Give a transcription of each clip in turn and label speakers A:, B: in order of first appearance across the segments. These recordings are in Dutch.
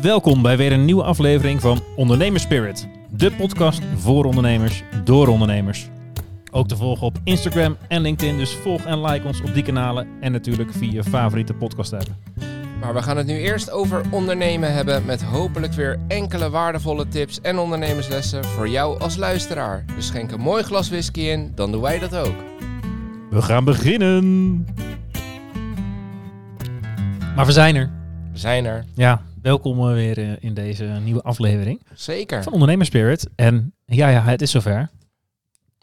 A: Welkom bij weer een nieuwe aflevering van Ondernemers Spirit. De podcast voor ondernemers, door ondernemers. Ook te volgen op Instagram en LinkedIn, dus volg en like ons op die kanalen. En natuurlijk via je favoriete podcast app.
B: Maar we gaan het nu eerst over ondernemen hebben met hopelijk weer enkele waardevolle tips en ondernemerslessen voor jou als luisteraar. Dus schenk een mooi glas whisky in, dan doen wij dat ook.
A: We gaan beginnen! Maar we zijn er.
B: We zijn er,
A: Ja, welkom eh, weer eh, in deze nieuwe aflevering
B: zeker.
A: van Ondernemers Spirit. En ja, ja, het is zover.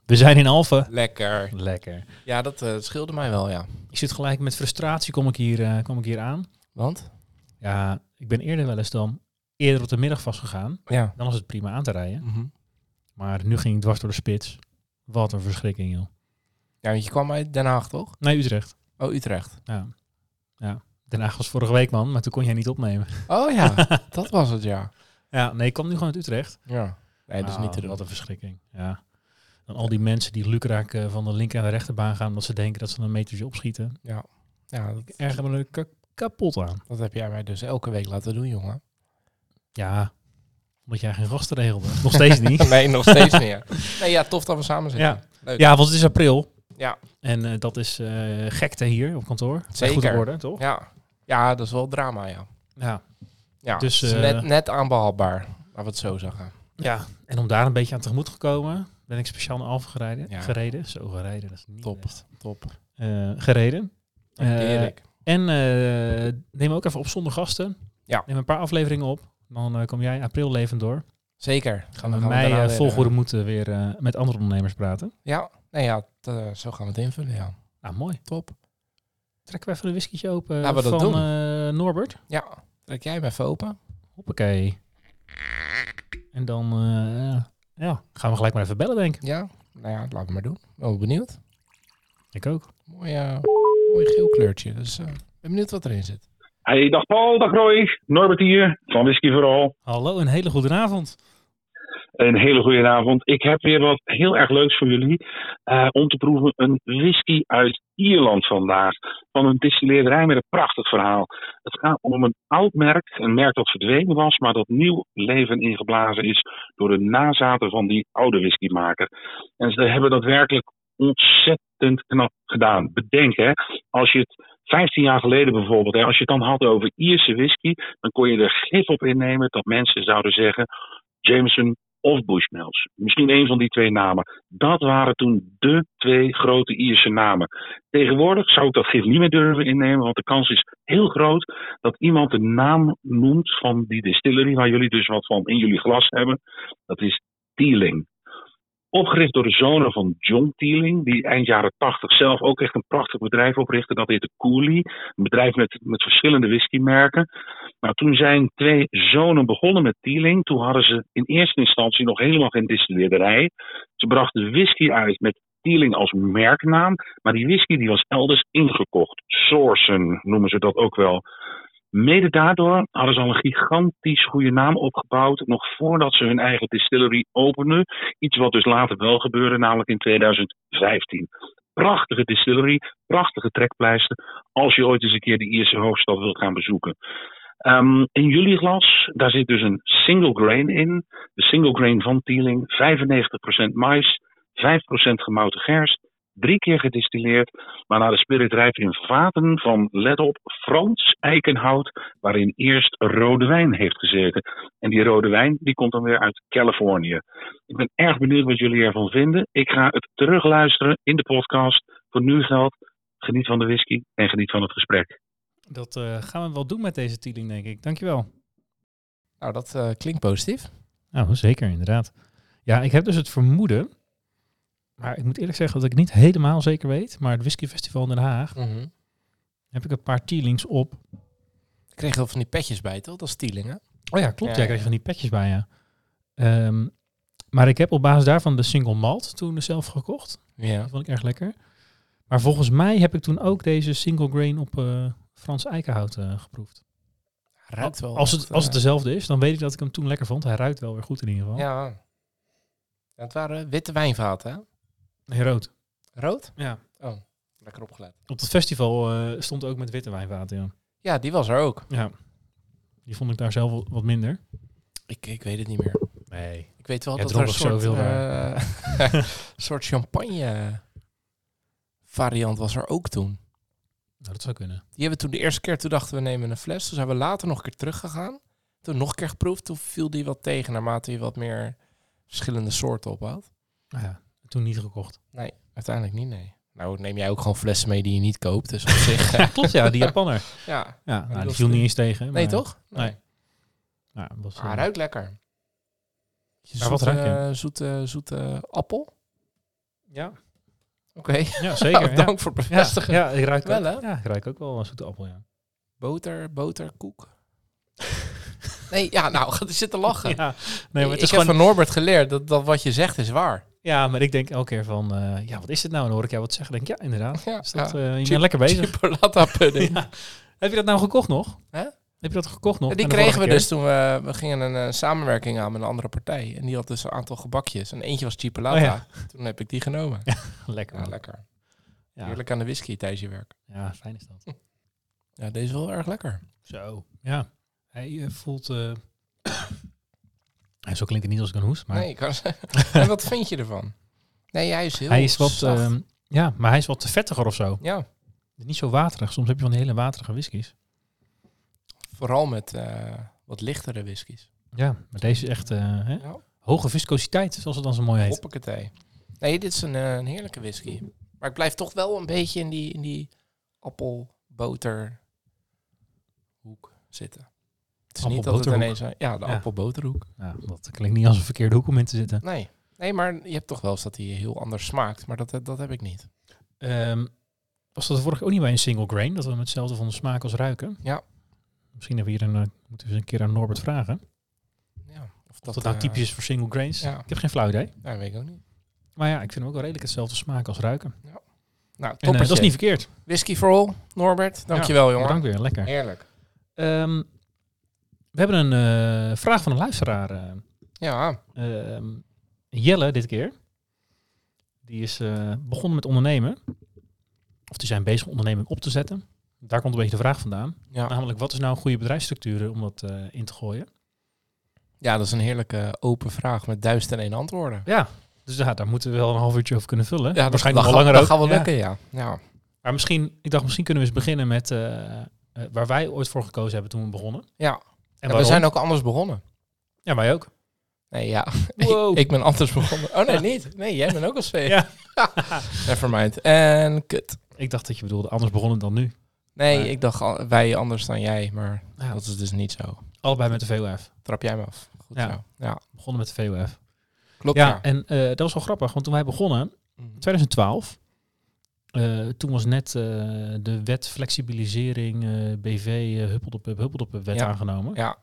A: We zijn in Alphen.
B: Lekker.
A: Lekker.
B: Ja, dat eh, scheelde mij wel, ja.
A: Ik zit gelijk met frustratie, kom ik hier, eh, kom ik hier aan.
B: Want?
A: Ja, ik ben eerder wel eens dan eerder op de middag vastgegaan.
B: Ja.
A: Dan was het prima aan te rijden. Maar nu ging ik dwars door de spits. Wat een verschrikking, joh.
B: Ja, want je kwam uit Den Haag, toch?
A: Nee, Utrecht.
B: Oh, Utrecht.
A: Ja. ja. Den Haag was vorige week, man. Maar toen kon jij niet opnemen.
B: Oh ja, dat was het, ja.
A: Ja, nee, ik kwam nu gewoon uit Utrecht.
B: Ja. Nee, dat is
A: Ah,
B: niet te doen.
A: Wat een verschrikking, ja. Dan al die mensen die lukraak eh, van de linker naar de rechterbaan gaan... omdat ze denken dat ze een metertje opschieten.
B: Ja, dat,
A: Erger me er ka- kapot aan.
B: dat heb jij mij dus elke week laten doen, jongen.
A: Ja, omdat jij geen gasten regelde. Nog steeds niet.
B: Nee, nog steeds meer. Nee, ja, tof dat we samen zitten.
A: Ja.
B: Leuk.
A: Ja, want het is april.
B: Ja.
A: En eh, dat is eh, gekte hier op kantoor. Bij
B: Zeker.
A: Goede Orde, toch?
B: ja. Ja, dat is wel drama, ja.
A: Ja.
B: Ja,
A: Dus,
B: dus,
A: eh,
B: net, net aanbehaalbaar, laten we het zo zeggen.
A: ja. En om daar een beetje aan tegemoet gekomen, ben ik speciaal naar Alphen gereden.
B: Ja.
A: gereden. Zo gereden, dat is niet
B: Top,
A: best.
B: top.
A: Eh, gereden. Eh,
B: Heerlijk.
A: en eh, neem ook even op zonder gasten.
B: Ja.
A: Neem een paar afleveringen op. Dan eh, kom jij april levend door.
B: Zeker. Gaan
A: en
B: gaan
A: mei
B: daarna
A: eh,
B: weer,
A: vol
B: eh,
A: goede moed eh, weer eh, met andere ondernemers praten.
B: Ja, nee, ja t- eh, zo gaan we het invullen, ja.
A: Ah, mooi.
B: Top.
A: Trekken we even een whiskietje open eh,
B: Laten we dat
A: van
B: doen.
A: eh, Norbert.
B: Ja, trek jij hem even open.
A: Hoppakee. En dan eh, ja, gaan we gelijk maar even bellen, denk ik.
B: Ja, nou ja, laten we maar doen. Wel benieuwd.
A: Ik ook.
B: Mooi, eh, mooi geel kleurtje, dus eh, ben benieuwd wat erin zit.
C: Hey, dag Paul, dag Roy. Norbert hier, van Whisky vooral.
A: Hallo, een hele goede avond.
C: Een hele goede avond. Ik heb weer wat heel erg leuks voor jullie. eh, om te proeven een whisky uit Ierland vandaag. Van een distilleerderij met een prachtig verhaal. Het gaat om een oud merk, een merk dat verdwenen was, maar dat nieuw leven ingeblazen is door de nazaten van die oude whiskymaker. En ze hebben dat werkelijk ontzettend knap gedaan. Bedenk hè, als je het 15 jaar geleden bijvoorbeeld, hè, als je het dan had over Ierse whisky, dan kon je er gif op innemen dat mensen zouden zeggen Jameson of Bushmills. Misschien een van die twee namen. Dat waren toen de twee grote Ierse namen. Tegenwoordig zou ik dat gif niet meer durven innemen, want de kans is heel groot dat iemand de naam noemt van die distillery, waar jullie dus wat van in jullie glas hebben. Dat is Teeling. Opgericht door de zonen van John Teeling, die eind jaren 80 zelf ook echt een prachtig bedrijf oprichtte. Dat heette Cooley. Een bedrijf met, met verschillende whiskymerken. Nou, toen zijn twee zonen begonnen met Teeling. Toen hadden ze in eerste instantie nog helemaal geen distilleerderij. Ze brachten whisky uit met Teeling als merknaam. Maar die whisky die was elders ingekocht. Sourcen noemen ze dat ook wel. Mede daardoor hadden ze al een gigantisch goede naam opgebouwd. Nog voordat ze hun eigen distillery openden. Iets wat dus later wel gebeurde, namelijk in 2015. Prachtige distillery, prachtige trekpleister. Als je ooit eens een keer de Ierse hoofdstad wilt gaan bezoeken. Ehm, in jullie glas, daar zit dus een single grain in. De single grain van Teeling, 95% mais, 5% gemouten gerst, drie keer gedistilleerd, maar naar de spirit rijpt in vaten van, let op, Frans eikenhout, waarin eerst rode wijn heeft gezeten. En die rode wijn, die komt dan weer uit Californië. Ik ben erg benieuwd wat jullie ervan vinden. Ik ga het terugluisteren in de podcast. Voor nu geldt, geniet van de whisky en geniet van het gesprek.
A: Dat eh, gaan we wel doen met deze teeling, denk ik. Dankjewel.
B: Nou, dat eh, klinkt positief.
A: Nou, zeker, inderdaad. Ja, ik heb dus het vermoeden, maar ik moet eerlijk zeggen dat ik het niet helemaal zeker weet, maar het Whiskyfestival in Den Haag
B: Mhm.
A: heb ik een paar teelings op.
B: Ik kreeg heel van die petjes bij, toch? Dat is Tielingen.
A: Oh ja, klopt.
B: Ja,
A: jij
B: ja.
A: kreeg van die petjes bij, ja. Ehm, maar ik heb op basis daarvan de single malt toen dus zelf gekocht.
B: Ja.
A: Dat vond ik erg lekker. Maar volgens mij heb ik toen ook deze single grain op eh, Frans Eikenhout eh, geproefd.
B: Ruikt wel.
A: als,
B: echt,
A: het, als het
B: eh,
A: dezelfde is, dan weet ik dat ik hem toen lekker vond. Hij ruikt wel weer goed in ieder geval.
B: Ja. Ja, Het waren witte wijnvaten, hè?
A: Nee, rood.
B: Rood?
A: Ja.
B: Oh, lekker opgelet.
A: Op het festival eh, stond ook met witte wijnvaten, ja.
B: Ja, die was er ook.
A: Ja. Die vond ik daar zelf wel wat minder.
B: Ik, ik weet het niet meer.
A: Nee.
B: Ik weet wel
A: Jij
B: dat er een
A: dronk er zoveel
B: soort, eh, soort champagne variant was er ook toen.
A: Nou, dat zou kunnen.
B: Die hebben toen de eerste keer, toen dachten we nemen een fles. Toen zijn we later nog een keer teruggegaan. Toen nog een keer geproefd. Toen viel die wat tegen naarmate je wat meer verschillende soorten op had.
A: Nou ja, toen niet gekocht.
B: Nee, uiteindelijk niet, nee. Nou neem jij ook gewoon flessen mee die je niet koopt. Dus op zich, eh,
A: Klopt, ja, die Japanner.
B: ja.
A: Ja, nou, die
B: was
A: viel
B: goed.
A: niet eens tegen.
B: Nee,
A: maar-
B: toch?
A: Nee. Ja, dat was,
B: Maar
A: eh,
B: ruikt lekker. Je
A: Maar wat
B: zoete,
A: ruik je?
B: eh, Zoete, zoete appel.
A: ja.
B: Oké,
A: ja, zeker.
B: Nou,
A: ja.
B: dank voor het
A: Ja,
B: bevestigen.
A: ja, ik ruik
B: Wel,
A: wel,
B: hè?
A: ook, ja, ik ruik ook wel een zoete appel, ja.
B: Boter, boterkoek. nee, ja, nou, gaat zitten lachen.
A: ja. Nee, maar het
B: ik
A: is
B: heb
A: gewoon,
B: van Norbert geleerd dat, dat wat je zegt is waar.
A: ja, maar ik denk elke keer van, eh, ja, wat is dit nou? En dan hoor ik jou wat zeggen. denk ik, ja, inderdaad.
B: Ja,
A: Is dat,
B: ja.
A: eh, je
B: Chip-
A: bent lekker bezig.
B: Chipolata pudding.
A: Ja. Heb je dat nou gekocht nog?
B: Hè?
A: Heb je dat gekocht nog?
B: die
A: van de
B: kregen we
A: vorige
B: dus toen we, we gingen een eh, samenwerking aan met een andere partij. En die had dus een aantal gebakjes. En eentje was chipolata.
A: Oh ja.
B: Toen heb ik die genomen.
A: keer? Lekker.
B: dus. Ja,
A: man.
B: lekker.
A: Ja,
B: Heerlijk aan de whisky tijdens je werk.
A: ja, fijn is dat.
B: Ja, deze is wel erg lekker.
A: Zo. Ja. Hij eh, voelt... eh, zo klinkt het niet als ik een hoes, maar
B: Nee, ik kan En wat vind je ervan? Nee, hij is heel
A: hij is wat...
B: zacht.
A: ehm, ja, maar hij is wat vettiger of zo.
B: ja,
A: Niet zo waterig. Soms heb je van die hele waterige whiskies.
B: vooral met eh, wat lichtere whiskies.
A: Ja, maar deze is echt eh, hè?
B: Ja.
A: hoge viscositeit, zoals het dan zo mooi heet.
B: Hoppakee. Nee, dit is een, eh, een heerlijke whisky. Maar ik blijf toch wel een beetje in die, in die appelboterhoek zitten. Het is niet dat het
A: Appelboterhoek?
B: ineens... eh, Ja, de
A: Ja.
B: appelboterhoek.
A: Ja, Nou, dat klinkt niet als een verkeerde hoek om in te zitten.
B: Nee. nee, maar je hebt toch wel eens dat hij heel anders smaakt. Maar dat, dat heb ik niet.
A: Ehm, was dat vorige keer ook niet bij een single grain? Dat we hem hetzelfde vonden smaak als ruiken?
B: Ja.
A: Misschien hebben we hier een, eh, moeten we eens een keer aan Norbert vragen.
B: Ja, of
A: Of dat nou
B: eh,
A: typisch is voor single grains.
B: ja.
A: Ik heb geen flauw idee.
B: Ja, weet ik ook niet.
A: Maar ja, ik vind hem ook wel redelijk hetzelfde smaak als ruiken.
B: Nou,
A: En, eh,
B: toppertje.
A: dat is niet verkeerd.
B: Whisky for all, Norbert. Dankjewel, jongen.
A: Bedankt weer, lekker.
B: Heerlijk.
A: Ehm, we hebben een eh, vraag van een luisteraar. eh,
B: Ja,
A: Ehm, Jelle dit keer. Die is eh, begonnen met ondernemen. Of die zijn bezig om onderneming op te zetten. Daar komt een beetje de vraag vandaan.
B: ja.
A: Namelijk, wat is nou een goede bedrijfsstructuur om dat eh, in te gooien?
B: ja, dat is een heerlijke open vraag met duizend en één antwoorden.
A: Ja, dus ja, daar moeten we wel een half uurtje over kunnen vullen.
B: Ja, dat-
A: Waarschijnlijk
B: dat
A: nog langer
B: gaat- dat
A: ook.
B: gaat wel
A: Ja.
B: lukken, ja. ja.
A: Maar misschien, ik dacht, misschien kunnen we eens beginnen met eh, eh, waar wij ooit voor gekozen hebben toen we begonnen.
B: Ja.
A: en
B: Ja, we zijn ook anders begonnen.
A: Ja, wij ook.
B: Nee, ja.
A: Wow.
B: ik, ik ben anders begonnen. Oh nee, niet. Nee, jij bent ook als vee.
A: Ja.
B: Nevermind. En kut.
A: Ik dacht dat je bedoelde anders begonnen dan nu.
B: Nee,
A: Maar-
B: ik dacht al- wij anders dan jij, maar
A: Ja.
B: dat is dus niet zo.
A: Allebei met de VOF.
B: Trap jij me af. Goed
A: Ja.
B: zo. Ja,
A: Begonnen met de VOF.
B: klopt.
A: Ja,
B: Ja.
A: en eh, dat was wel grappig, want toen wij begonnen,
B: Mhm.
A: 2012, eh, toen was net eh, de wet flexibilisering eh, BV uh, huppeldepup huppeldepup wet
B: Ja.
A: aangenomen. Ja.
B: Ja.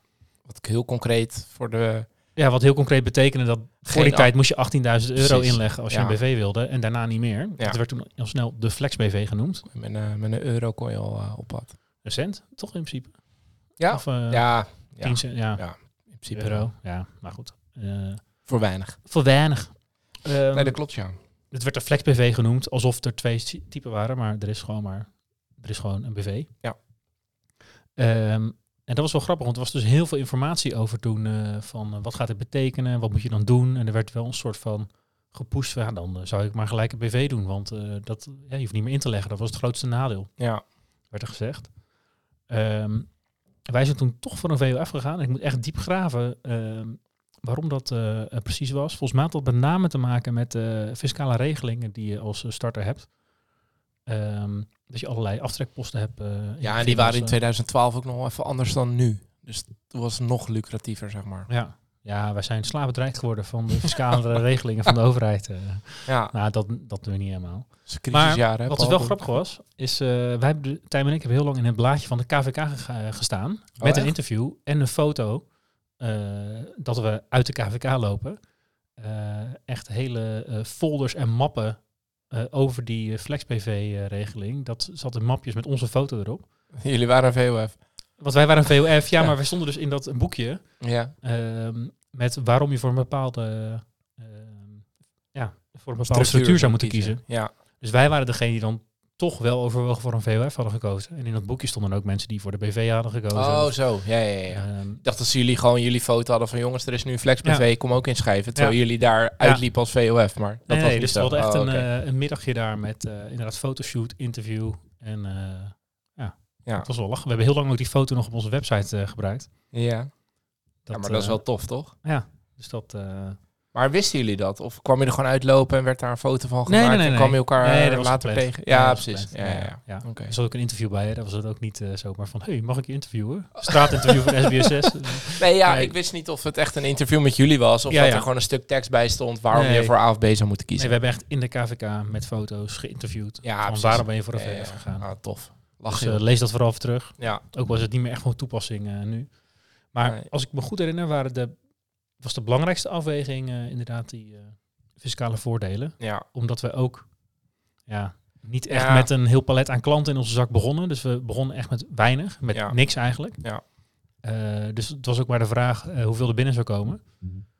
B: Wat ik heel concreet voor de...
A: wat heel concreet betekende dat voor
B: Geen
A: die
B: a-
A: tijd moest je 18.000 euro
B: Precies.
A: inleggen als je
B: Ja.
A: een BV wilde en daarna niet meer. Dat werd toen al snel de flex BV genoemd.
B: Met een, met een euro kon je al eh, op pad.
A: Recent, toch in principe?
B: Ja.
A: Of, eh,
B: ja,
A: 10 cent, ja,
B: Ja, in principe wel.
A: euro. Ja, maar goed. Eh,
B: Voor weinig.
A: voor weinig. Ehm,
B: Nee, dat klopt, ja.
A: Het werd de Flex BV genoemd, alsof er twee sy- typen waren, maar er is gewoon maar er is gewoon een BV.
B: Ja.
A: Ehm, en dat was wel grappig, want er was dus heel veel informatie over toen eh, van eh, wat gaat het betekenen, wat moet je dan doen? En er werd wel een soort van gepusht van ja, dan eh, zou ik maar gelijk een BV doen, want eh, dat ja, je hoeft niet meer in te leggen. Dat was het grootste nadeel,
B: Ja.
A: werd er gezegd. Ehm, wij zijn toen toch voor een VOF gegaan. En ik moet echt diep graven ehm, waarom dat eh, eh, precies was. Volgens mij had dat met name te maken met eh, fiscale regelingen die je als eh, starter hebt. Ehm, dat je allerlei aftrekposten hebt. eh, in
B: Ja, en
A: begin
B: die waren
A: als,
B: in
A: eh,
B: 2012 ook nog wel even anders dan nu. Dus toen was het nog lucratiever, zeg maar.
A: Ja. ja, wij zijn slaapbedreigd geworden van de fiscale regelingen van de overheid. eh.
B: Ja,
A: nou, dat, dat doen we niet helemaal.
B: dat is een crisisjaar, hè,
A: Wat dus
B: Paul?
A: wel grappig was, is eh, wij hebben, de- Tijm en ik hebben heel lang in het blaadje van de KVK ge- eh, gestaan. met
B: Oh, echt?
A: een interview en een foto eh, dat we uit de KVK lopen. Eh, echt hele eh, folders en mappen eh, over die eh, FlexPV-regeling. dat zat in mapjes met onze foto erop.
B: Jullie waren VOF.
A: Want wij waren een VOF, ja,
B: Ja.
A: maar wij stonden dus in dat boekje
B: Ja.
A: ehm, met waarom je voor een bepaalde, ehm, ja, voor een bepaalde structuur, zou moeten kiezen.
B: Ja.
A: Dus wij waren degene die dan toch wel overwogen voor een VOF hadden gekozen. En in dat boekje stonden ook mensen die voor de BV hadden gekozen.
B: Oh, zo. Ja, ja, ja.
A: Ehm,
B: Ik dacht dat ze jullie gewoon jullie foto hadden van jongens, er is nu een flex
A: Ja.
B: BV, kom ook inschrijven. Terwijl
A: Ja.
B: jullie daar uitliepen als VOF, maar dat
A: nee,
B: was
A: nee,
B: niet
A: dus
B: zo.
A: we hadden echt
B: Oh,
A: een,
B: oké.
A: eh, een middagje daar met eh, inderdaad fotoshoot, interview. En eh, ja,
B: Ja.
A: dat was wel lachen. We hebben heel lang ook die foto nog op onze website eh, gebruikt.
B: ja. ja, maar dat is
A: eh,
B: wel tof, toch?
A: Ja, dus dat... eh,
B: Maar wisten jullie dat? Of kwam je er gewoon uitlopen en werd daar een foto van
A: Nee,
B: gemaakt
A: nee, nee,
B: en kwam je
A: nee.
B: elkaar
A: Nee, dat was
B: eh, later
A: gepland.
B: tegen? Ja,
A: dat was
B: precies. Ja,
A: gepland.
B: ja, ja.
A: ja.
B: Oké.
A: Er zat ook een interview bij, hè. daar was het ook niet eh, zomaar van... hey, mag ik je interviewen? Straatinterview van SBSS.
B: Nee, ja,
A: Nee.
B: ik wist niet of het echt een interview met jullie was of
A: Ja,
B: dat
A: ja.
B: er gewoon een stuk tekst bij stond waarom
A: Nee.
B: je voor A of B zou moeten
A: Nee,
B: kiezen.
A: we hebben echt in de KVK met foto's geïnterviewd.
B: Ja,
A: van
B: precies.
A: waarom ben je voor de VF
B: Ja, ja, ja.
A: gegaan?
B: Ah, tof.
A: Dus,
B: Lach
A: eh,
B: je.
A: lees dat vooral even terug.
B: ja.
A: Ook was het niet meer echt van toepassing eh, nu. Maar
B: Nee.
A: als ik me goed herinner, waren de, was de belangrijkste afweging eh, inderdaad die eh, fiscale voordelen.
B: ja,
A: Omdat we ook ja, niet echt
B: Ja.
A: met een heel palet aan klanten in onze zak begonnen. Dus we begonnen echt met weinig, met
B: Ja.
A: niks eigenlijk.
B: Ja.
A: Eh, dus het was ook maar de vraag eh, hoeveel er binnen zou komen.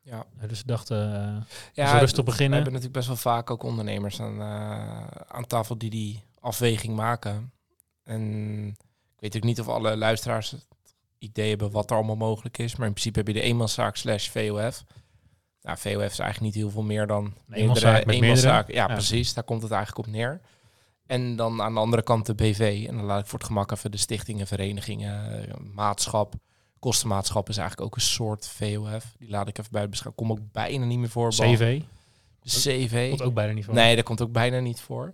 B: Ja.
A: Eh, dus we dachten, eh,
B: ja,
A: zo rustig
B: We
A: beginnen.
B: hebben natuurlijk best wel vaak ook ondernemers aan, eh, aan tafel die die afweging maken. En ik weet ook niet of alle luisteraars het idee hebben wat er allemaal mogelijk is. Maar in principe heb je de eenmanszaak slash VOF. Nou, VOF is eigenlijk niet heel veel meer dan
A: eenmanszaak met
B: eenmanszaak. Ja,
A: Ja.
B: precies. Daar komt het eigenlijk op neer. En dan aan de andere kant de BV. En dan laat ik voor het gemak even de stichtingen, verenigingen, eh, maatschap. Kostenmaatschap is eigenlijk ook een soort VOF. Die laat ik even buiten beschouwing. Kom ook bijna niet meer voor. behalve-
A: CV,
B: CV.
A: komt ook bijna niet van.
B: Nee, dat komt ook bijna niet voor.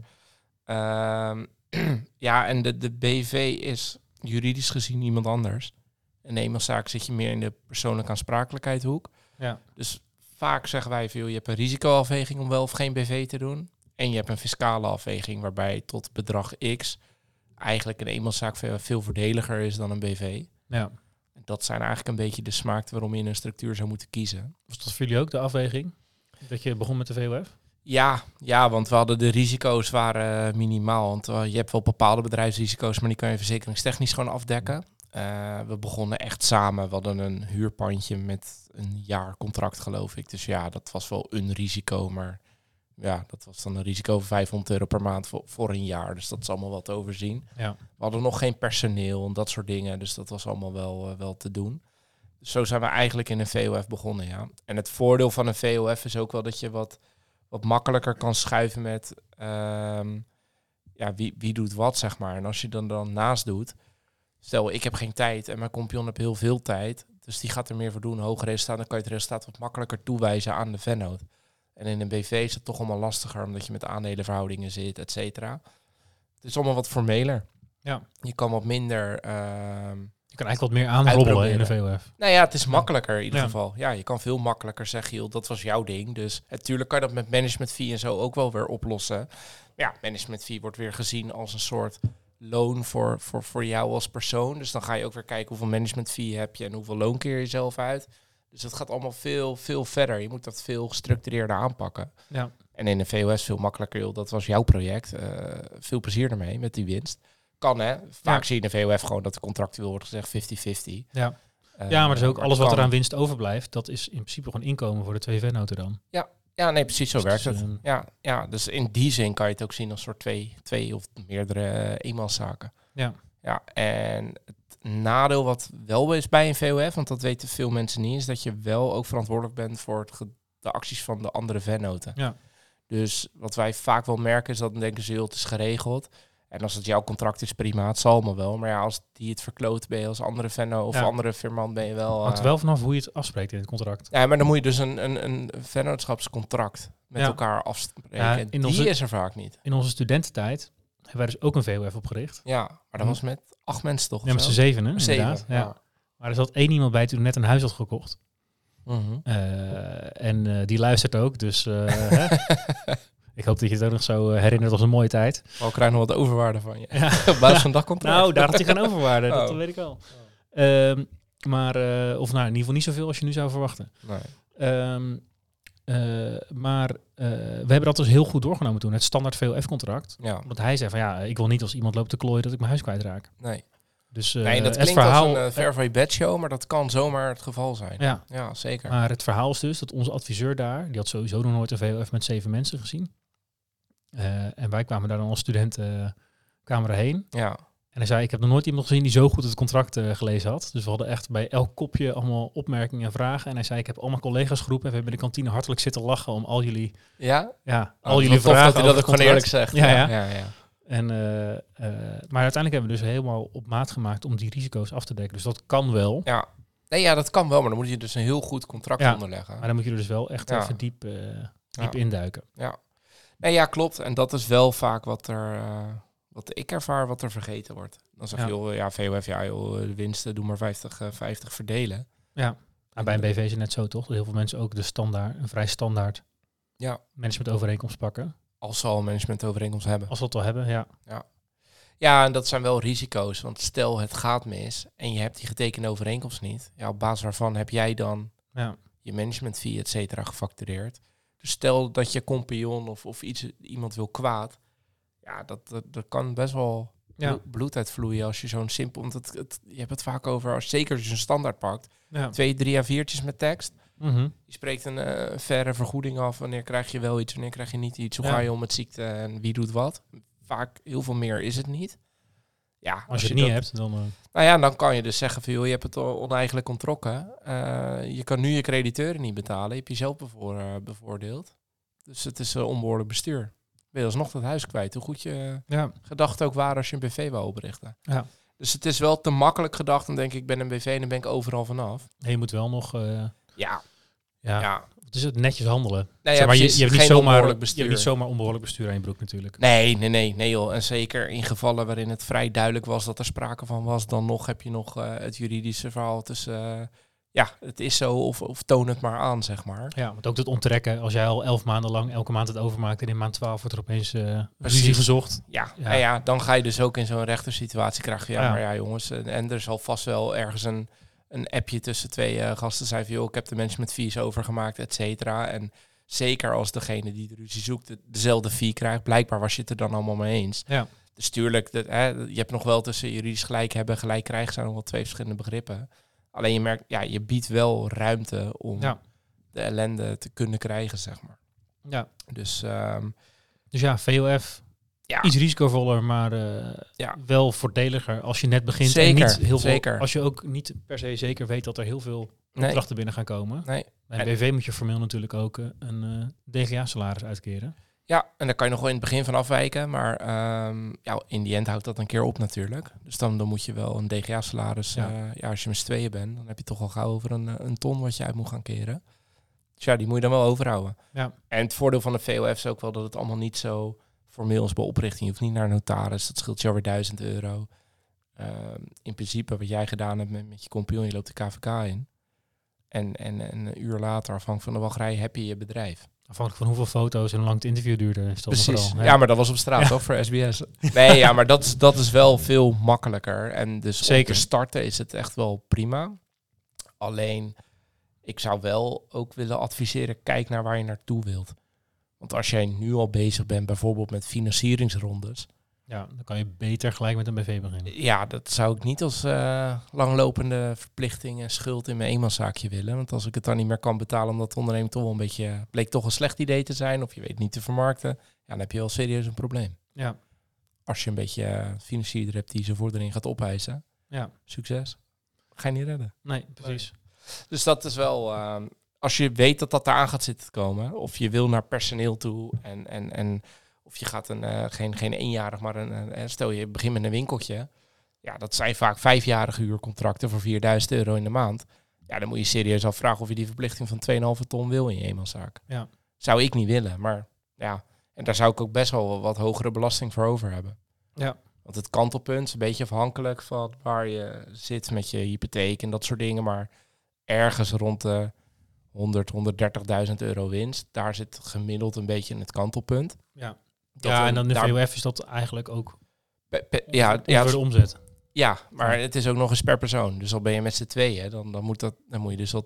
B: Ehm, ja, en de, de BV is juridisch gezien iemand anders. In de eenmanszaak zit je meer in de persoonlijke aansprakelijkheid hoek.
A: Ja.
B: Dus vaak zeggen wij veel, je hebt een risicoafweging om wel of geen BV te doen. En je hebt een fiscale afweging waarbij tot bedrag X eigenlijk een eenmanszaak veel, veel voordeliger is dan een BV.
A: Ja.
B: Dat zijn eigenlijk een beetje de smaak waarom je in een structuur zou moeten kiezen.
A: Was dat voor jullie ook de afweging? Dat je begon met de VOF?
B: Ja, ja, want we hadden de risico's waren eh, minimaal. Want eh, je hebt wel bepaalde bedrijfsrisico's, maar die kan je verzekeringstechnisch gewoon afdekken. Eh, we begonnen echt samen. We hadden een huurpandje met een jaar contract, geloof ik. Dus ja, dat was wel een risico. Maar ja, dat was dan een risico van 500 euro per maand voor, voor een jaar. Dus dat is allemaal wat te overzien.
A: Ja.
B: We hadden nog geen personeel en dat soort dingen. Dus dat was allemaal wel, eh, wel te doen. Dus zo zijn we eigenlijk in een VOF begonnen, ja. En het voordeel van een VOF is ook wel dat je wat, wat makkelijker kan schuiven met... ehm, ja, wie, wie doet wat, zeg maar. En als je dan dan naast doet... Stel, ik heb geen tijd en mijn kompion heeft heel veel tijd. Dus die gaat er meer voor doen, hoger resultaat. Dan kan je het resultaat wat makkelijker toewijzen aan de vennoot. En in een BV is het toch allemaal lastiger, omdat je met aandelenverhoudingen zit, et cetera. Het is allemaal wat formeler.
A: Ja.
B: Je kan wat minder... ehm,
A: Je kan eigenlijk wat meer aanrobbelen in de VOF.
B: nou ja, het is makkelijker in ieder
A: Ja.
B: geval. Ja, je kan veel makkelijker zeggen, joh, dat was jouw ding. Dus natuurlijk kan je dat met management fee en zo ook wel weer oplossen. Ja, management fee wordt weer gezien als een soort loon voor, voor, voor jou als persoon. Dus dan ga je ook weer kijken hoeveel management fee heb je en hoeveel loon keer je zelf uit. Dus dat gaat allemaal veel, veel verder. Je moet dat veel gestructureerder aanpakken.
A: Ja.
B: En in de VOS veel makkelijker, joh, dat was jouw project. Eh, veel plezier ermee met die winst. Kan hè. Vaak
A: Ja.
B: zie je in de VOF gewoon dat de contractueel wordt gezegd 50-50.
A: Ja.
B: Eh,
A: ja, maar dus ook alles
B: het
A: wat
B: kan.
A: er aan winst overblijft, dat is in principe gewoon inkomen voor de twee vennoten dan.
B: Ja, nee, precies zo
A: Dus
B: werkt
A: het
B: het.
A: is een-
B: Ja, ja, dus in die zin kan je het ook zien als soort twee, twee of meerdere eh, eenmanszaken.
A: Ja.
B: Ja, en het nadeel wat wel is bij een VOF, want dat weten veel mensen niet, is dat je wel ook verantwoordelijk bent voor het ge- de acties van de andere vennoten.
A: Ja.
B: Dus wat wij vaak wel merken is dat dan denken ze, joh, het is geregeld. En als het jouw contract is, prima, het zal me wel. Maar ja, als die het verkloot ben je als andere venno of
A: Ja.
B: andere firmant ben je wel...
A: Hangt
B: eh,
A: wel vanaf hoe je het afspreekt in het contract.
B: ja, maar dan moet je dus een, een, een vennootschapscontract met
A: Ja.
B: elkaar afspreken.
A: Ja,
B: En
A: in
B: die
A: onze-
B: is er vaak niet.
A: In onze studententijd hebben wij dus ook een VOF opgericht.
B: Ja, maar dat
A: Hm.
B: was met acht mensen toch? of
A: Ja, met
B: zo?
A: z'n zevenen,
B: Zeven,
A: inderdaad. Ja.
B: ja.
A: Maar er zat één iemand bij toen net een huis had gekocht.
B: Mhm.
A: Eh, en eh, die luistert ook, dus eh, hè? ik hoop dat je het ook nog zo eh, herinnert als een mooie tijd.
B: Al krijgen we wat overwaarde van je.
A: Ja.
B: Op basis van dat contract.
A: Nou, daar had hij gaan overwaarden, dat
B: Oh.
A: weet ik wel. Ehm, maar, eh, of nou, in ieder geval niet zoveel als je nu zou verwachten.
B: Nee.
A: Ehm, eh, maar eh, we hebben dat dus heel goed doorgenomen toen, het standaard VOF-contract.
B: Ja,
A: Omdat hij zei van ja, ik wil niet als iemand loopt te klooien dat ik mijn huis kwijtraak.
B: nee.
A: Dus eh,
B: nee, dat
A: het
B: klinkt
A: verhaal.
B: als een eh, ver van je bed show, maar dat kan zomaar het geval zijn. Ja,
A: ja,
B: zeker.
A: maar het verhaal is dus dat onze adviseur daar, die had sowieso nog nooit een VOF met zeven mensen gezien. Eh, en wij kwamen daar dan als studenten camera heen.
B: Ja.
A: En hij zei, ik heb nog nooit iemand gezien die zo goed het contract eh, gelezen had. Dus we hadden echt bij elk kopje allemaal opmerkingen en vragen. En hij zei, ik heb al mijn collega's geroepen en we hebben in de kantine hartelijk zitten lachen om al jullie,
B: Ja?
A: ja,
B: Oh,
A: al jullie
B: wat tof
A: vragen
B: dat hij
A: over
B: dat ook
A: het
B: gewoon
A: contract.
B: eerlijk zegt.
A: Ja, ja.
B: ja, ja.
A: En, eh, eh, maar uiteindelijk hebben we dus helemaal op maat gemaakt om die risico's af te dekken. Dus dat kan wel.
B: Ja. Nee, ja, dat kan wel, maar dan moet je dus een heel goed contract
A: Ja.
B: onderleggen.
A: Maar dan moet je er dus wel echt
B: Ja.
A: even diep, eh, diep
B: Ja.
A: induiken.
B: Nee, ja, klopt. En dat is wel vaak wat er, eh, wat ik ervaar, wat er vergeten wordt. Dan zeg je,
A: Ja.
B: joh, ja, VOF, ja, joh, de winsten, doe maar 50, eh, 50 verdelen.
A: Maar Ah, bij een BV is het net zo, toch? Dat heel veel mensen ook de standaard, een vrij standaard
B: Ja.
A: managementovereenkomst pakken.
B: Als ze al een managementovereenkomst hebben.
A: Als ze dat al hebben, ja.
B: Ja, en dat zijn wel risico's. Want stel het gaat mis en je hebt die getekende overeenkomst niet. Ja, op basis waarvan heb jij dan
A: Ja.
B: je management fee, et cetera, gefactureerd. Dus stel dat je compagnon of, of iets, iemand wil kwaad. Ja, dat, dat, dat kan best wel
A: Ja.
B: blo- bloed uitvloeien als je zo'n simpel... Want het, het, je hebt het vaak over, als, zeker als je een standaard pakt.
A: ja.
B: Twee, drie A4'tjes met tekst.
A: Mhm.
B: Je spreekt een eh, verre vergoeding af. Wanneer krijg je wel iets, wanneer krijg je niet iets. Hoe
A: Ja.
B: ga je om met ziekte en wie doet wat. Vaak heel veel meer is het niet. Ja,
A: Als, je het niet
B: dat-
A: hebt, dan... eh,
B: nou ja, dan kan je dus zeggen van joh, je hebt het al oneigenlijk ontrokken. Eh, je kan nu je crediteuren niet betalen. Je hebt jezelf bevoor, eh, bevoordeeld. Dus het is eh, onbehoorlijk bestuur. Ben je alsnog dat huis kwijt. Hoe goed je
A: ja.
B: gedachten ook waren als je een BV wou oprichten.
A: Ja.
B: Dus het is wel te makkelijk gedacht. Dan denk ik, ik ben een BV en dan ben ik overal vanaf.
A: Nee, je moet wel nog... eh,
B: Ja,
A: ja.
B: ja. ja.
A: Het is het netjes handelen.
B: Nee,
A: Zeg maar je, je, hebt niet zomaar, je
B: onbehoorlijk
A: hebt niet zomaar onbehoorlijk bestuur aan je broek natuurlijk.
B: Nee, nee, nee, nee joh. En zeker in gevallen waarin het vrij duidelijk was dat er sprake van was, dan nog heb je nog eh, het juridische verhaal tussen eh, ja, het is zo of, of toon het maar aan, zeg maar.
A: Ja, want ook dat onttrekken. Als jij al elf maanden lang elke maand het overmaakt en in maand twaalf wordt er opeens eh
B: Precies.
A: ruzie gezocht.
B: Ja,
A: Ja.
B: ja. ja, dan ga je dus ook in zo'n rechtersituatie krijgen. Ja,
A: Ja.
B: maar ja jongens, en, en er zal vast wel ergens een, een appje tussen twee eh, gasten zijn van joh, ik heb de mensen met fees overgemaakt, et cetera. En zeker als degene die de ruzie zoekt de- dezelfde fee krijgt, blijkbaar was je het er dan allemaal mee eens.
A: Ja.
B: Dus tuurlijk, dat, hè, je hebt nog wel tussen juridisch gelijk hebben, gelijk krijgen, zijn nog wel twee verschillende begrippen. Alleen je merkt, ja, je biedt wel ruimte om
A: Ja.
B: de ellende te kunnen krijgen, zeg maar.
A: Ja.
B: Dus ehm,
A: Dus ja, VOF,
B: Ja.
A: iets risicovoller, maar eh,
B: Ja.
A: wel voordeliger als je net begint.
B: Zeker,
A: en niet heel veel,
B: zeker.
A: Als je ook niet per se zeker weet dat er heel veel
B: nee,
A: opdrachten binnen gaan komen.
B: nee.
A: Bij een
B: En-
A: BV moet je formeel natuurlijk ook eh, een eh DGA-salaris uitkeren.
B: Ja, en daar kan je nog wel in het begin van afwijken. Maar ehm, ja, in die end houdt dat een keer op natuurlijk. Dus dan, dan moet je wel een DGA-salaris...
A: Ja.
B: Ja. eh, ja, als je met z'n tweeën bent, dan heb je toch al gauw over een, eh, een ton wat je uit moet gaan keren. Dus ja, die moet je dan wel overhouden.
A: Ja.
B: En het voordeel van de VOF is ook wel dat het allemaal niet zo formeel is bij oprichting. Je hoeft niet naar een notaris, dat scheelt je alweer 1000 euro. Ehm, in principe wat jij gedaan hebt met, met je compagnon, je loopt de KVK in. En, en, en een uur later, afhankelijk van de wachtrij, heb je je bedrijf.
A: Afhankelijk van hoeveel foto's en hoe lang het interview duurde. Is dat
B: Precies.
A: Vooral,
B: ja. maar dat was op straat,
A: Ja.
B: toch? Voor SBS. Nee, ja, maar dat, is- dat is wel veel makkelijker. En dus om
A: Zeker.
B: te starten is het echt wel prima. Alleen, ik zou wel ook willen adviseren, kijk naar waar je naartoe wilt. Want als jij nu al bezig bent, bijvoorbeeld met financieringsrondes.
A: ja, dan kan je beter gelijk met een BV beginnen.
B: Ja, dat zou ik niet als eh, langlopende verplichting en schuld in mijn eenmanszaakje willen. Want als ik het dan niet meer kan betalen, omdat het ondernemer toch wel een beetje... bleek toch een slecht idee te zijn, of je weet niet te vermarkten. Ja, dan heb je wel serieus een probleem
A: Ja,
B: als je een beetje eh, financier hebt die zijn vordering gaat opeisen.
A: Ja.
B: Succes. Ga je niet redden.
A: nee, precies.
B: Dus dat is wel... ehm, als je weet dat dat eraan gaat zitten te komen... of je wil naar personeel toe en... en, en of je gaat een, eh, geen, geen eenjarig, maar een, een- eh, stel je begint met een winkeltje. Ja, dat zijn vaak vijfjarige huurcontracten voor 4000 euro in de maand. Ja, dan moet je serieus afvragen of je die verplichting van 2,5 ton wil in je eenmanszaak.
A: Ja.
B: Zou ik niet willen, maar ja. En daar zou ik ook best wel wat hogere belasting voor over hebben.
A: Ja.
B: Want het kantelpunt is een beetje afhankelijk van waar je zit met je hypotheek en dat soort dingen. Maar ergens rond de 100, 130.000 euro winst, daar zit gemiddeld een beetje het kantelpunt.
A: Ja.
B: Dat
A: ja, eh, en dan de
B: daar-
A: VOF is dat eigenlijk ook
B: pe- pe-
A: ja,
B: ja, ja,
A: voor de omzet.
B: ja, maar het is ook nog eens per persoon. Dus al ben je met z'n tweeën, dan, dan, moet dat, dan moet je dus al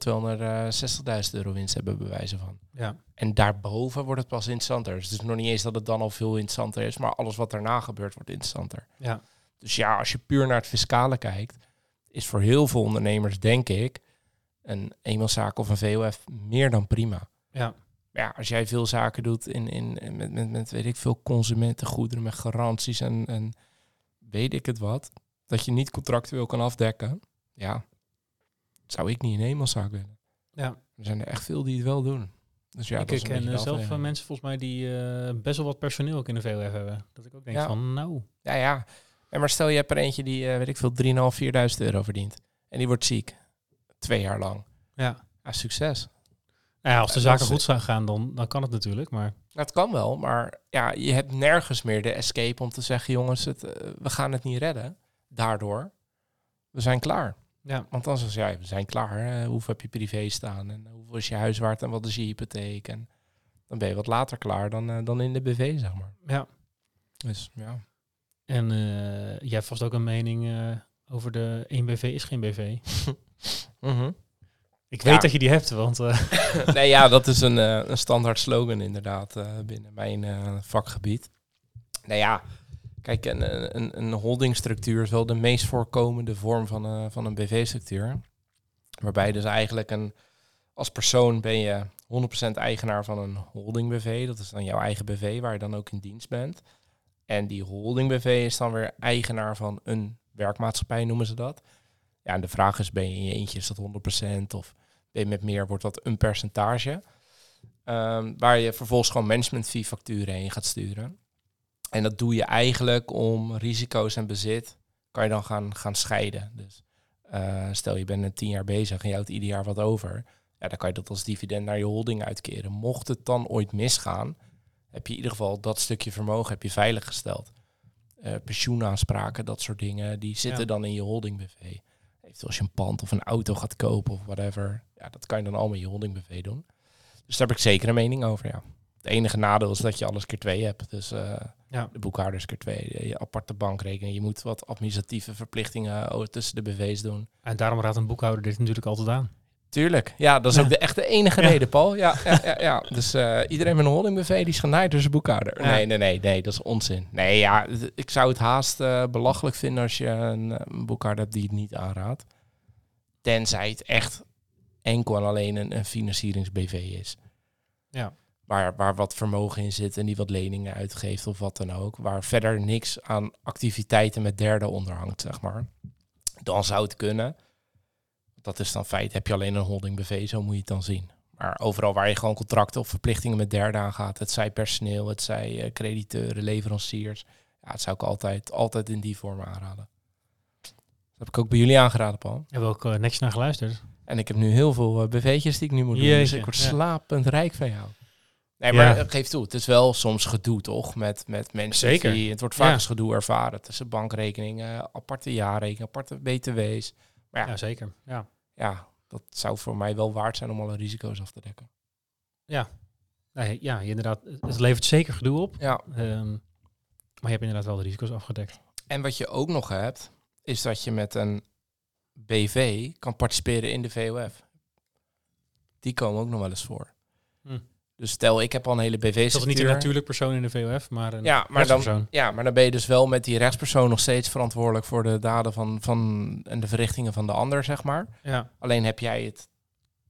B: 260.000 euro winst hebben bewijzen van.
A: Ja.
B: En daarboven wordt het pas interessanter. Dus het is nog niet eens dat het dan al veel interessanter is, maar alles wat daarna gebeurt wordt interessanter.
A: Ja.
B: Dus ja, als je puur naar het fiscale kijkt, is voor heel veel ondernemers, denk ik, een eenmanszaak of een VOF meer dan prima.
A: Ja.
B: Maar ja, als jij veel zaken doet in, in, in- met, met, met, weet ik veel, consumentengoederen, met garanties en, en weet ik het wat, dat je niet contractueel kan afdekken, ja, dat zou ik niet in hemelzaak willen.
A: Ja.
B: Er zijn er echt veel die het wel doen. Dus ja,
A: ik
B: dat is een
A: ken
B: beetje
A: eh,
B: de
A: zelf eh,
B: afweging.
A: mensen volgens mij die eh, best wel wat personeel ook in de VOF hebben. Dat ik ook denk
B: Ja.
A: van, nou...
B: Ja, ja. En maar stel je hebt er eentje die, eh, weet ik veel, 3.500, 4.000 euro verdient. En die wordt ziek. Twee jaar lang.
A: Ja.
B: Ja, succes.
A: Nou ja, als de
B: Eh,
A: zaken
B: dat-
A: goed zou gaan, dan, dan kan het natuurlijk. Maar
B: Dat Nou, kan wel, maar ja, je hebt nergens meer de escape om te zeggen, jongens, het, eh, we gaan het niet redden. Daardoor, we zijn klaar.
A: ja,
B: Want dan zeg je, ja, we zijn klaar. eh, hoeveel heb je privé staan? En eh, hoeveel is je huiswaard en wat is je hypotheek? En dan ben je wat later klaar dan, eh, dan in de BV, zeg maar.
A: ja.
B: Dus ja.
A: En eh, jij hebt vast ook een mening eh, over de 1 BV is geen BV.
B: Mhm.
A: Ik
B: Ja.
A: weet dat je die hebt, want... eh,
B: nee, ja, dat is een, eh, een standaard slogan inderdaad eh, binnen mijn eh, vakgebied. Nou ja, kijk, een, een, een holdingstructuur is wel de meest voorkomende vorm van, eh, van een BV-structuur. Waarbij dus eigenlijk een, als persoon ben je 100% eigenaar van een holding BV. Dat is dan jouw eigen BV waar je dan ook in dienst bent. En die holding BV is dan weer eigenaar van een werkmaatschappij, noemen ze dat. Ja, en de vraag is, ben je in je eentje, is dat 100% of ben je met meer, wordt dat een percentage. Ehm, waar je vervolgens gewoon management fee facturen heen gaat sturen. En dat doe je eigenlijk om risico's en bezit kan je dan gaan, gaan scheiden. Dus eh, stel je bent een tien jaar bezig en je houdt ieder jaar wat over. Ja, dan kan je dat als dividend naar je holding uitkeren. Mocht het dan ooit misgaan, heb je in ieder geval dat stukje vermogen heb je veilig gesteld. Eh, pensioenaanspraken, dat soort dingen, die zitten
A: Ja.
B: dan in je holding BV. Eventueel als je een pand of een auto gaat kopen of whatever. Ja, dat kan je dan allemaal in je holding BV doen. Dus daar heb ik zeker een mening over, ja. Het enige nadeel is dat je alles keer twee hebt. Dus eh,
A: Ja.
B: de boekhouders keer twee, je aparte bankrekening. Je moet wat administratieve verplichtingen oh, tussen de BV's doen.
A: en daarom raadt een boekhouder dit natuurlijk altijd aan.
B: Tuurlijk. Ja, dat is ook de, echt de enige
A: Ja.
B: reden, Paul. Ja, ja, ja, ja. Dus eh, iedereen met een holding BV die is genaaid door zijn boekhouder.
A: Ja.
B: Nee, nee, nee, nee, dat is onzin. Nee, ja, d- ik zou het haast eh, belachelijk vinden als je een, eh, een boekhouder hebt die het niet aanraadt. Tenzij het echt enkel en alleen een, een financierings-BV is.
A: Ja.
B: Waar, waar wat vermogen in zit en die wat leningen uitgeeft of wat dan ook. Waar verder niks aan activiteiten met derden onderhangt, zeg maar. Dan zou het kunnen dat is dan feit. Heb je alleen een holding BV, zo moet je het dan zien. Maar overal waar je gewoon contracten of verplichtingen met derden aangaat, het zij personeel, het zij eh, crediteuren, leveranciers, ja, dat zou ik altijd, altijd in die vorm aanraden. Dat heb ik ook bij jullie aangeraden, Paul.
A: Hebben we ook eh, niks naar geluisterd.
B: En ik heb nu heel veel eh, BV'tjes die ik nu moet doen, dus
A: Jeetje,
B: ik word
A: ja.
B: slapend rijk van jou. Nee,
A: Ja.
B: maar eh, geef toe, het is wel soms gedoe, toch? Met, met mensen
A: Zeker.
B: die... Het wordt vaak
A: Ja.
B: als gedoe ervaren tussen bankrekeningen, eh, aparte jaarrekeningen, aparte btw's. Ja.
A: Ja, zeker. Ja.
B: ja, dat zou voor mij wel waard zijn om alle risico's af te dekken.
A: Nee, ja, inderdaad. Het levert zeker gedoe op.
B: Ja,
A: Ehm, maar je hebt inderdaad wel de risico's afgedekt.
B: en wat je ook nog hebt, is dat je met een BV kan participeren in de VOF. Die komen ook nog wel eens voor.
A: Hm.
B: Dus stel, ik heb al een hele
A: Is dat niet een
B: BV-structuur.
A: natuurlijk persoon in de VOF, maar een
B: Ja maar, dan,
A: rechtspersoon.
B: ja, maar dan ben je dus wel met die rechtspersoon nog steeds verantwoordelijk voor de daden van, van en de verrichtingen van de ander, zeg maar.
A: Ja,
B: Alleen heb jij het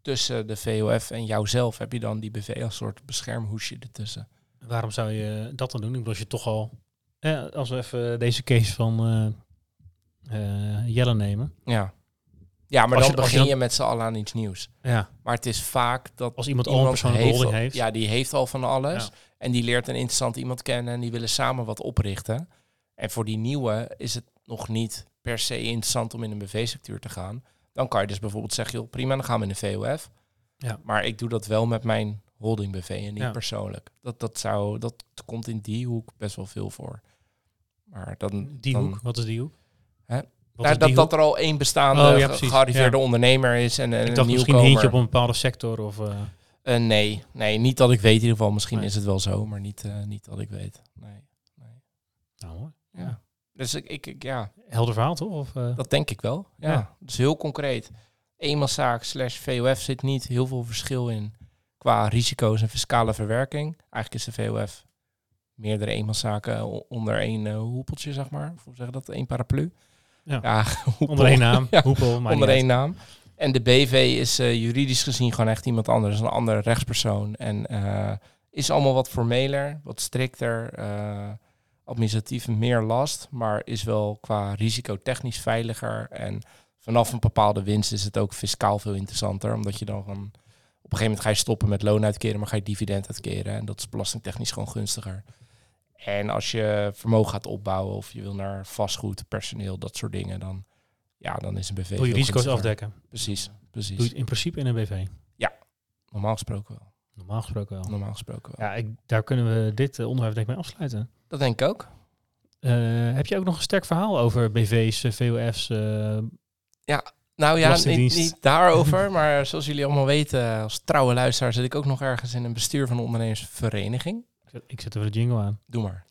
B: tussen de VOF en jouzelf, heb je dan die BV als soort beschermhoesje ertussen.
A: waarom zou je dat dan doen? Ik bedoel, als je toch al... Eh, als we even deze case van eh, eh, Jelle nemen.
B: Ja. Ja, maar
A: Als
B: dan
A: je- als je
B: begin je,
A: dan-
B: met z'n allen aan iets nieuws.
A: Ja,
B: Maar het is vaak dat
A: als iemand, al een persoonlijke holding heeft.
B: Ja, die heeft al van alles.
A: Ja.
B: En die leert een interessant iemand kennen en die willen samen wat oprichten. En voor die nieuwe is het nog niet per se interessant om in een BV-structuur te gaan. Dan kan je dus bijvoorbeeld zeggen, joh, prima, dan gaan we in de VOF.
A: Ja.
B: Maar ik doe dat wel met mijn holding BV en niet
A: Ja.
B: persoonlijk. Dat, dat, zou, dat komt in die hoek best wel veel voor. Maar dan,
A: Die
B: dan,
A: hoek, wat is die hoek?
B: Hè?
A: Wat
B: Nou,
A: is
B: dat,
A: die
B: dat
A: hoek?
B: er al één bestaande
A: Oh, ja,
B: ge-
A: precies.
B: gearriveerde ondernemer is en, en
A: Ik
B: een
A: dacht misschien
B: nieuwkomer.
A: een hintje op een bepaalde sector of... eh,
B: Eh, nee, nee, niet dat ik weet in ieder geval. Misschien
A: Nee.
B: is het wel zo, maar niet, eh, niet dat ik weet. Nee.
A: nou hoor.
B: Ja.
A: Ja.
B: Dus ik, ik, ik- ja,
A: Helder verhaal toch? Of, eh,
B: dat denk ik wel. Ja.
A: Ja.
B: Dus heel concreet. Eenmanszaak slash VOF zit niet heel veel verschil in qua risico's en fiscale verwerking. Eigenlijk is de VOF meerdere eenmanszaken o- onder één eh, hoepeltje, zeg maar. Of hoe zeg je dat? Één paraplu.
A: Ja.
B: hoepel.
A: onder één naam,
B: Ja.
A: hoepel, maar
B: onder één naam. En de BV is eh, juridisch gezien gewoon echt iemand anders, een andere rechtspersoon. En eh, is allemaal wat formeler, wat strikter. eh, administratief meer last, maar is wel qua risico technisch veiliger. En vanaf een bepaalde winst is het ook fiscaal veel interessanter, omdat je dan van op een gegeven moment ga je stoppen met loon uitkeren, maar ga je dividend uitkeren. En dat is belastingtechnisch gewoon gunstiger. En als je vermogen gaat opbouwen of je wil naar vastgoed, personeel, dat soort dingen, dan, ja, dan is een BV.
A: Wil je
B: veel
A: risico's
B: gunstiger.
A: afdekken?
B: Precies,
A: Doe je
B: precies.
A: het in principe in een BV.
B: Normaal gesproken wel.
A: Normaal gesproken wel.
B: Normaal gesproken wel.
A: Ja, ik, daar kunnen we dit eh, onderwerp denk ik mee afsluiten.
B: Dat denk ik ook.
A: Eh, heb je ook nog een sterk verhaal over BV's, eh, VOF's? eh,
B: Nou ja, niet,
A: Belastingdienst.
B: niet daarover, maar zoals jullie allemaal weten, als trouwe luisteraar zit ik ook nog ergens in een bestuur van een ondernemersvereniging.
A: ik zet- ik zet er wel de jingle aan.
B: Doe maar.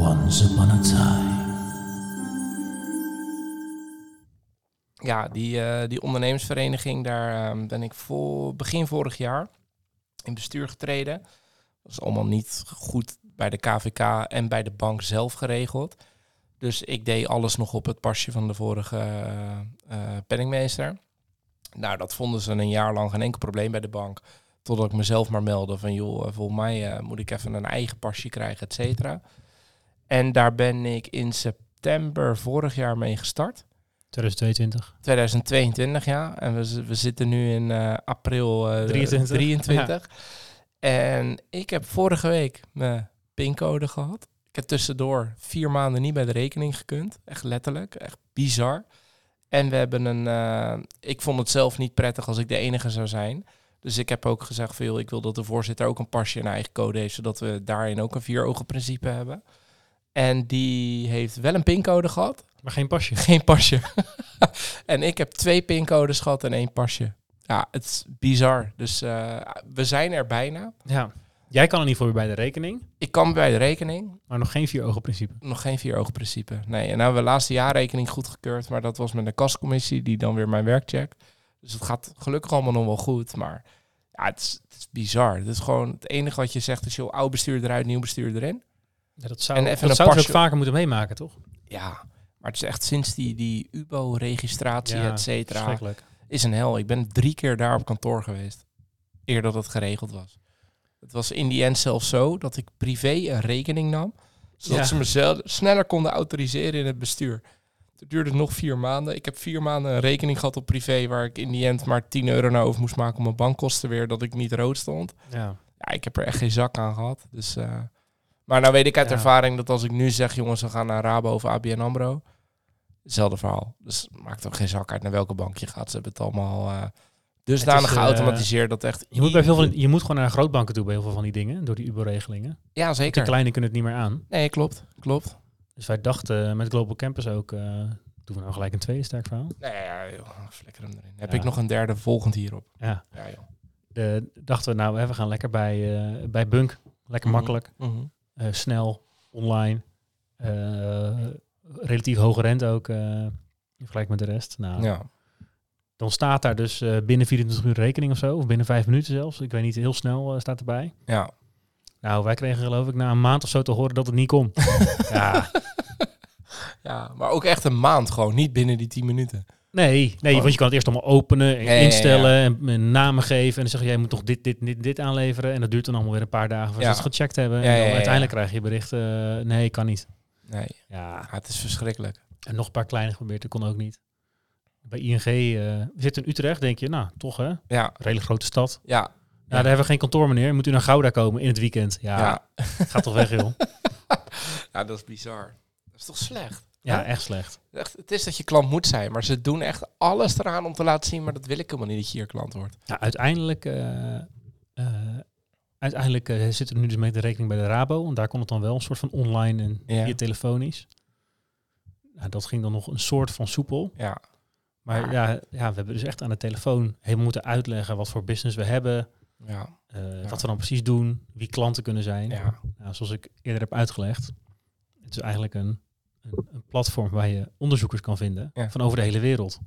A: Once upon a time.
B: Ja, die, eh, die ondernemersvereniging, daar eh, ben ik voor, begin vorig jaar in bestuur getreden. Dat is allemaal niet goed bij de KVK en bij de bank zelf geregeld. Dus ik deed alles nog op het pasje van de vorige eh, eh, penningmeester. Nou, dat vonden ze een jaar lang geen enkel probleem bij de bank. Totdat ik mezelf maar meldde van, joh, eh, volgens mij eh, moet ik even een eigen pasje krijgen, et cetera. En daar ben ik in september vorig jaar mee gestart.
A: 2022.
B: 2022, ja. En we, z- we zitten nu in eh, april eh
A: 23.
B: 23. En ik heb vorige week mijn pincode gehad. Ik heb tussendoor vier maanden niet bij de rekening gekund. Echt letterlijk. Echt bizar. En we hebben een... eh, ik vond het zelf niet prettig als ik de enige zou zijn. Dus ik heb ook gezegd van... Joh, ik wil dat de voorzitter ook een pasje en eigen code heeft... zodat we daarin ook een vier-ogen principe hebben. En die heeft wel een pincode gehad.
A: Maar geen pasje.
B: Geen pasje. en ik heb twee pincodes gehad en één pasje. Ja, het is bizar. Dus eh, we zijn er bijna.
A: Ja. Jij kan er niet voor bij de rekening,
B: Ik kan bij de rekening.
A: maar nog geen vier ogen principe.
B: Nog geen vier ogen principe. Nee, en nou hebben we laatste jaarrekening goedgekeurd. Maar dat was met de kascommissie die dan weer mijn werk checkt. Dus het gaat gelukkig allemaal nog wel goed. Maar ja, het is, het is bizar. Het is gewoon het enige wat je zegt is... joh, oud bestuur eruit, nieuw bestuur erin.
A: Ja, dat zou,
B: En even
A: dat
B: een
A: zou ze ook
B: pasje.
A: vaker moeten meemaken, toch?
B: Ja, maar het is echt sinds die, die UBO-registratie,
A: Ja,
B: et cetera...
A: Verschrikkelijk.
B: is een hel. Ik ben drie keer daar op kantoor geweest. Eer dat het geregeld was. Het was in die end zelfs zo dat ik privé een rekening nam. Zodat
A: Ja.
B: ze mezelf sneller konden autoriseren in het bestuur. Het duurde nog vier maanden. Ik heb vier maanden een rekening gehad op privé... waar ik in die end maar 10 euro naar over moest maken... om mijn bankkosten weer dat ik niet rood stond.
A: Ja.
B: Ja, ik heb er echt geen zak aan gehad. Dus, eh, Maar nou weet ik uit
A: Ja.
B: ervaring dat als ik nu zeg... jongens, we gaan naar Rabo of ABN AMRO... Hetzelfde verhaal. Dus het maakt ook geen zak uit naar welke bank je gaat. Ze hebben het allemaal eh dusdanig
A: Het is, eh,
B: geautomatiseerd dat echt...
A: Je, moet bij veel van, die- je moet gewoon naar grootbanken toe bij heel veel van die dingen, door die UBO-regelingen.
B: Ja,
A: De
B: zeker.
A: kleine kunnen het niet meer aan.
B: Nee, klopt. Klopt.
A: Dus wij dachten met Global Campus ook, eh, doen we nou gelijk een tweede sterk verhaal.
B: Nee, ja, joh, flikker hem erin. Heb
A: Ja.
B: ik nog een derde volgend hierop?
A: Ja.
B: Ja, joh.
A: De, dachten we, nou, hè, we gaan lekker bij, eh, bij Bunk. Lekker
B: Mhm.
A: makkelijk,
B: Mhm.
A: eh, snel, online. eh, relatief hoge rente ook, eh, in vergelijking met de rest. Nou,
B: Ja.
A: Dan staat daar dus eh, binnen 24 uur rekening of zo, of binnen vijf minuten zelfs. Ik weet niet, heel snel eh, staat erbij.
B: Ja.
A: Nou, wij kregen geloof ik na een maand of zo te horen dat het niet kon. ja,
B: ja, maar ook echt een maand gewoon. Niet binnen die 10 minuten.
A: nee, nee, want je kan het eerst allemaal openen, en
B: ja, ja, ja.
A: instellen En, en namen geven. En dan zeg je, jij moet toch dit, dit, dit, dit aanleveren. En dat duurt dan allemaal weer een paar dagen voordat
B: Ja.
A: ze het gecheckt hebben.
B: Ja,
A: en
B: ja,
A: dan
B: ja, ja.
A: uiteindelijk krijg je bericht, eh, nee, kan niet.
B: Nee,
A: Ja,
B: ja, het is verschrikkelijk.
A: en nog een paar kleine geprobeerd, dat kon ook niet. Bij ING, eh we zitten in Utrecht, denk je, nou, toch hè,
B: Ja,
A: redelijk grote stad.
B: ja,
A: Ja, daar hebben we geen kantoor, meneer. Moet u naar Gouda komen in het weekend? Ja,
B: ja.
A: gaat toch weg, joh.
B: Ja, dat is bizar. Dat is toch slecht?
A: Ja,
B: Ja.
A: echt slecht.
B: Echt, het is dat je klant moet zijn, maar ze doen echt alles eraan om te laten zien, maar dat wil ik helemaal niet dat je hier klant wordt.
A: Ja, uiteindelijk eh, eh, uiteindelijk eh, zit er nu dus mee de rekening bij de Rabo. Want daar kon het dan wel een soort van online en
B: Ja.
A: via telefonisch. Nou, dat ging dan nog een soort van soepel.
B: Ja,
A: Maar ja. Ja, we hebben dus echt aan de telefoon helemaal moeten uitleggen wat voor business we hebben.
B: ja,
A: eh,
B: Ja.
A: Wat we dan precies doen. Wie klanten kunnen zijn.
B: ja.
A: Nou, zoals ik eerder heb uitgelegd. Het is eigenlijk een, een, een platform waar je onderzoekers kan vinden.
B: Ja.
A: Van over de hele wereld.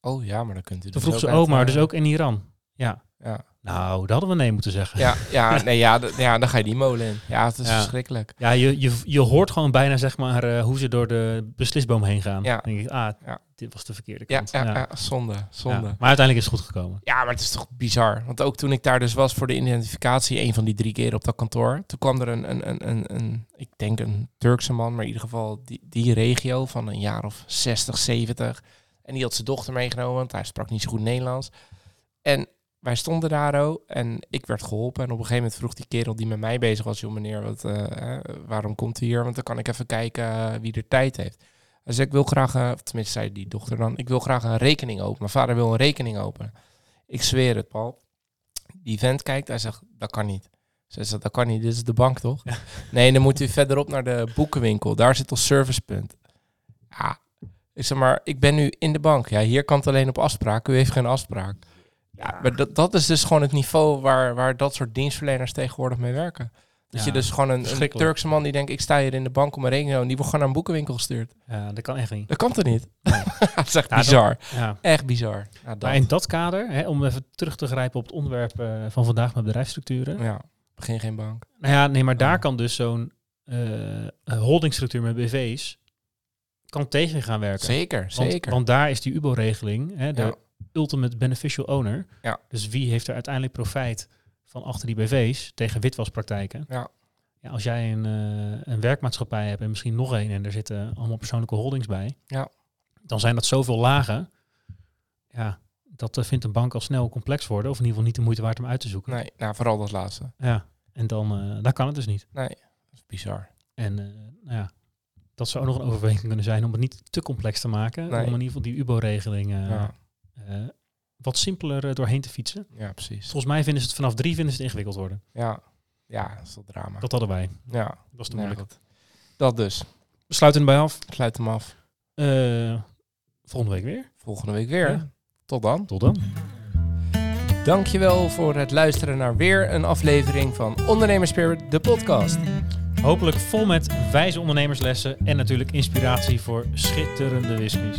B: Oh ja, maar dan kunt u
A: Toen
B: dus
A: vroeg
B: ook
A: ze,
B: uit,
A: oh, maar
B: eh,
A: dus ook in Iran. Ja.
B: Ja.
A: Nou, dat hadden we nee moeten zeggen.
B: Ja, ja, nee, ja, d- ja dan ga je die molen in. Ja, het is
A: Ja.
B: verschrikkelijk.
A: Ja, je, je, je hoort gewoon bijna zeg maar eh, hoe ze door de beslisboom heen gaan.
B: Ja.
A: Dan denk ik, ah,
B: Ja.
A: dit was de verkeerde
B: Ja,
A: kant.
B: ja,
A: Ja.
B: ja, zonde, zonde.
A: Ja. Maar uiteindelijk is het goed gekomen.
B: Ja, maar het is toch bizar. Want ook toen ik daar dus was voor de identificatie, een van die drie keren op dat kantoor, toen kwam er een, een, een, een, een ik denk een Turkse man, maar in ieder geval die, die regio van een jaar of 60, 70. En die had zijn dochter meegenomen, want hij sprak niet zo goed Nederlands. En wij stonden daar ook en ik werd geholpen. En op een gegeven moment vroeg die kerel die met mij bezig was, joh meneer, wat, eh, hè, waarom komt u hier? Want dan kan ik even kijken eh, wie er tijd heeft. Hij zei, ik wil graag, eh, of tenminste zei die dochter dan, ik wil graag een rekening openen. Mijn vader wil een rekening openen. Ik zweer het, Paul. Die vent kijkt, hij zegt, dat kan niet. Ze zegt, dat kan niet, dit is de bank toch? Nee, dan moet u verderop naar de boekenwinkel. Daar zit ons servicepunt. Ja, ik zeg maar, ik ben nu in de bank. Ja, hier kan het alleen op afspraak. U heeft geen afspraak. Ja, maar dat, dat is dus gewoon het niveau waar, waar dat soort dienstverleners tegenwoordig mee werken. Dat
A: Ja,
B: je dus gewoon een, een
A: verschrikkelijk.
B: Turkse man die denkt, ik sta hier in de bank om een rekening te houden, die wordt gewoon naar een boekenwinkel gestuurd.
A: Ja, dat kan echt niet.
B: Dat kan toch niet?
A: Nee.
B: dat is echt
A: Ja, dat-
B: bizar.
A: Ja.
B: Echt bizar. Ja, dat.
A: Maar in dat kader, hè, om even terug te grijpen op het onderwerp eh, van vandaag met bedrijfsstructuren.
B: ja, begin geen bank.
A: Nou ja, nee, maar daar
B: Ja.
A: kan dus zo'n eh, holdingstructuur met BV's kan tegen gaan werken.
B: Zeker,
A: Want,
B: zeker.
A: want daar is die UBO-regeling, hè, de
B: Ja.
A: ultimate beneficial owner.
B: Ja.
A: Dus wie heeft er uiteindelijk profijt van achter die BV's tegen witwaspraktijken?
B: Ja.
A: Ja, als jij een, eh, een werkmaatschappij hebt en misschien nog één en er zitten allemaal persoonlijke holdings bij,
B: Ja.
A: dan zijn dat zoveel lagen. Ja, dat eh, vindt een bank al snel complex worden, of in ieder geval niet de moeite waard om uit te zoeken.
B: Nee, nou, vooral dat laatste.
A: Ja, en dan eh, daar kan het dus niet.
B: Dat is bizar.
A: En eh, nou ja, dat zou ook nog een overweging kunnen zijn om het niet te complex te maken.
B: Nee.
A: Om in ieder geval die UBO-regeling eh,
B: ja.
A: eh, wat simpeler eh, doorheen te fietsen.
B: ja, precies.
A: Volgens mij vinden ze het vanaf drie vinden ze het ingewikkeld worden.
B: Ja, ja dat is wel drama.
A: Dat hadden wij.
B: ja,
A: Dat was te
B: nou ja,
A: moeilijk.
B: goed. Dat dus.
A: We sluiten erbij af.
B: Ik sluit hem af.
A: Eh, volgende week weer.
B: Volgende week weer.
A: Ja.
B: Tot dan.
A: Tot dan.
B: Dankjewel voor het luisteren naar weer een aflevering van Ondernemers Spirit, de podcast.
A: Hopelijk vol met wijze ondernemerslessen en natuurlijk inspiratie voor schitterende whiskies.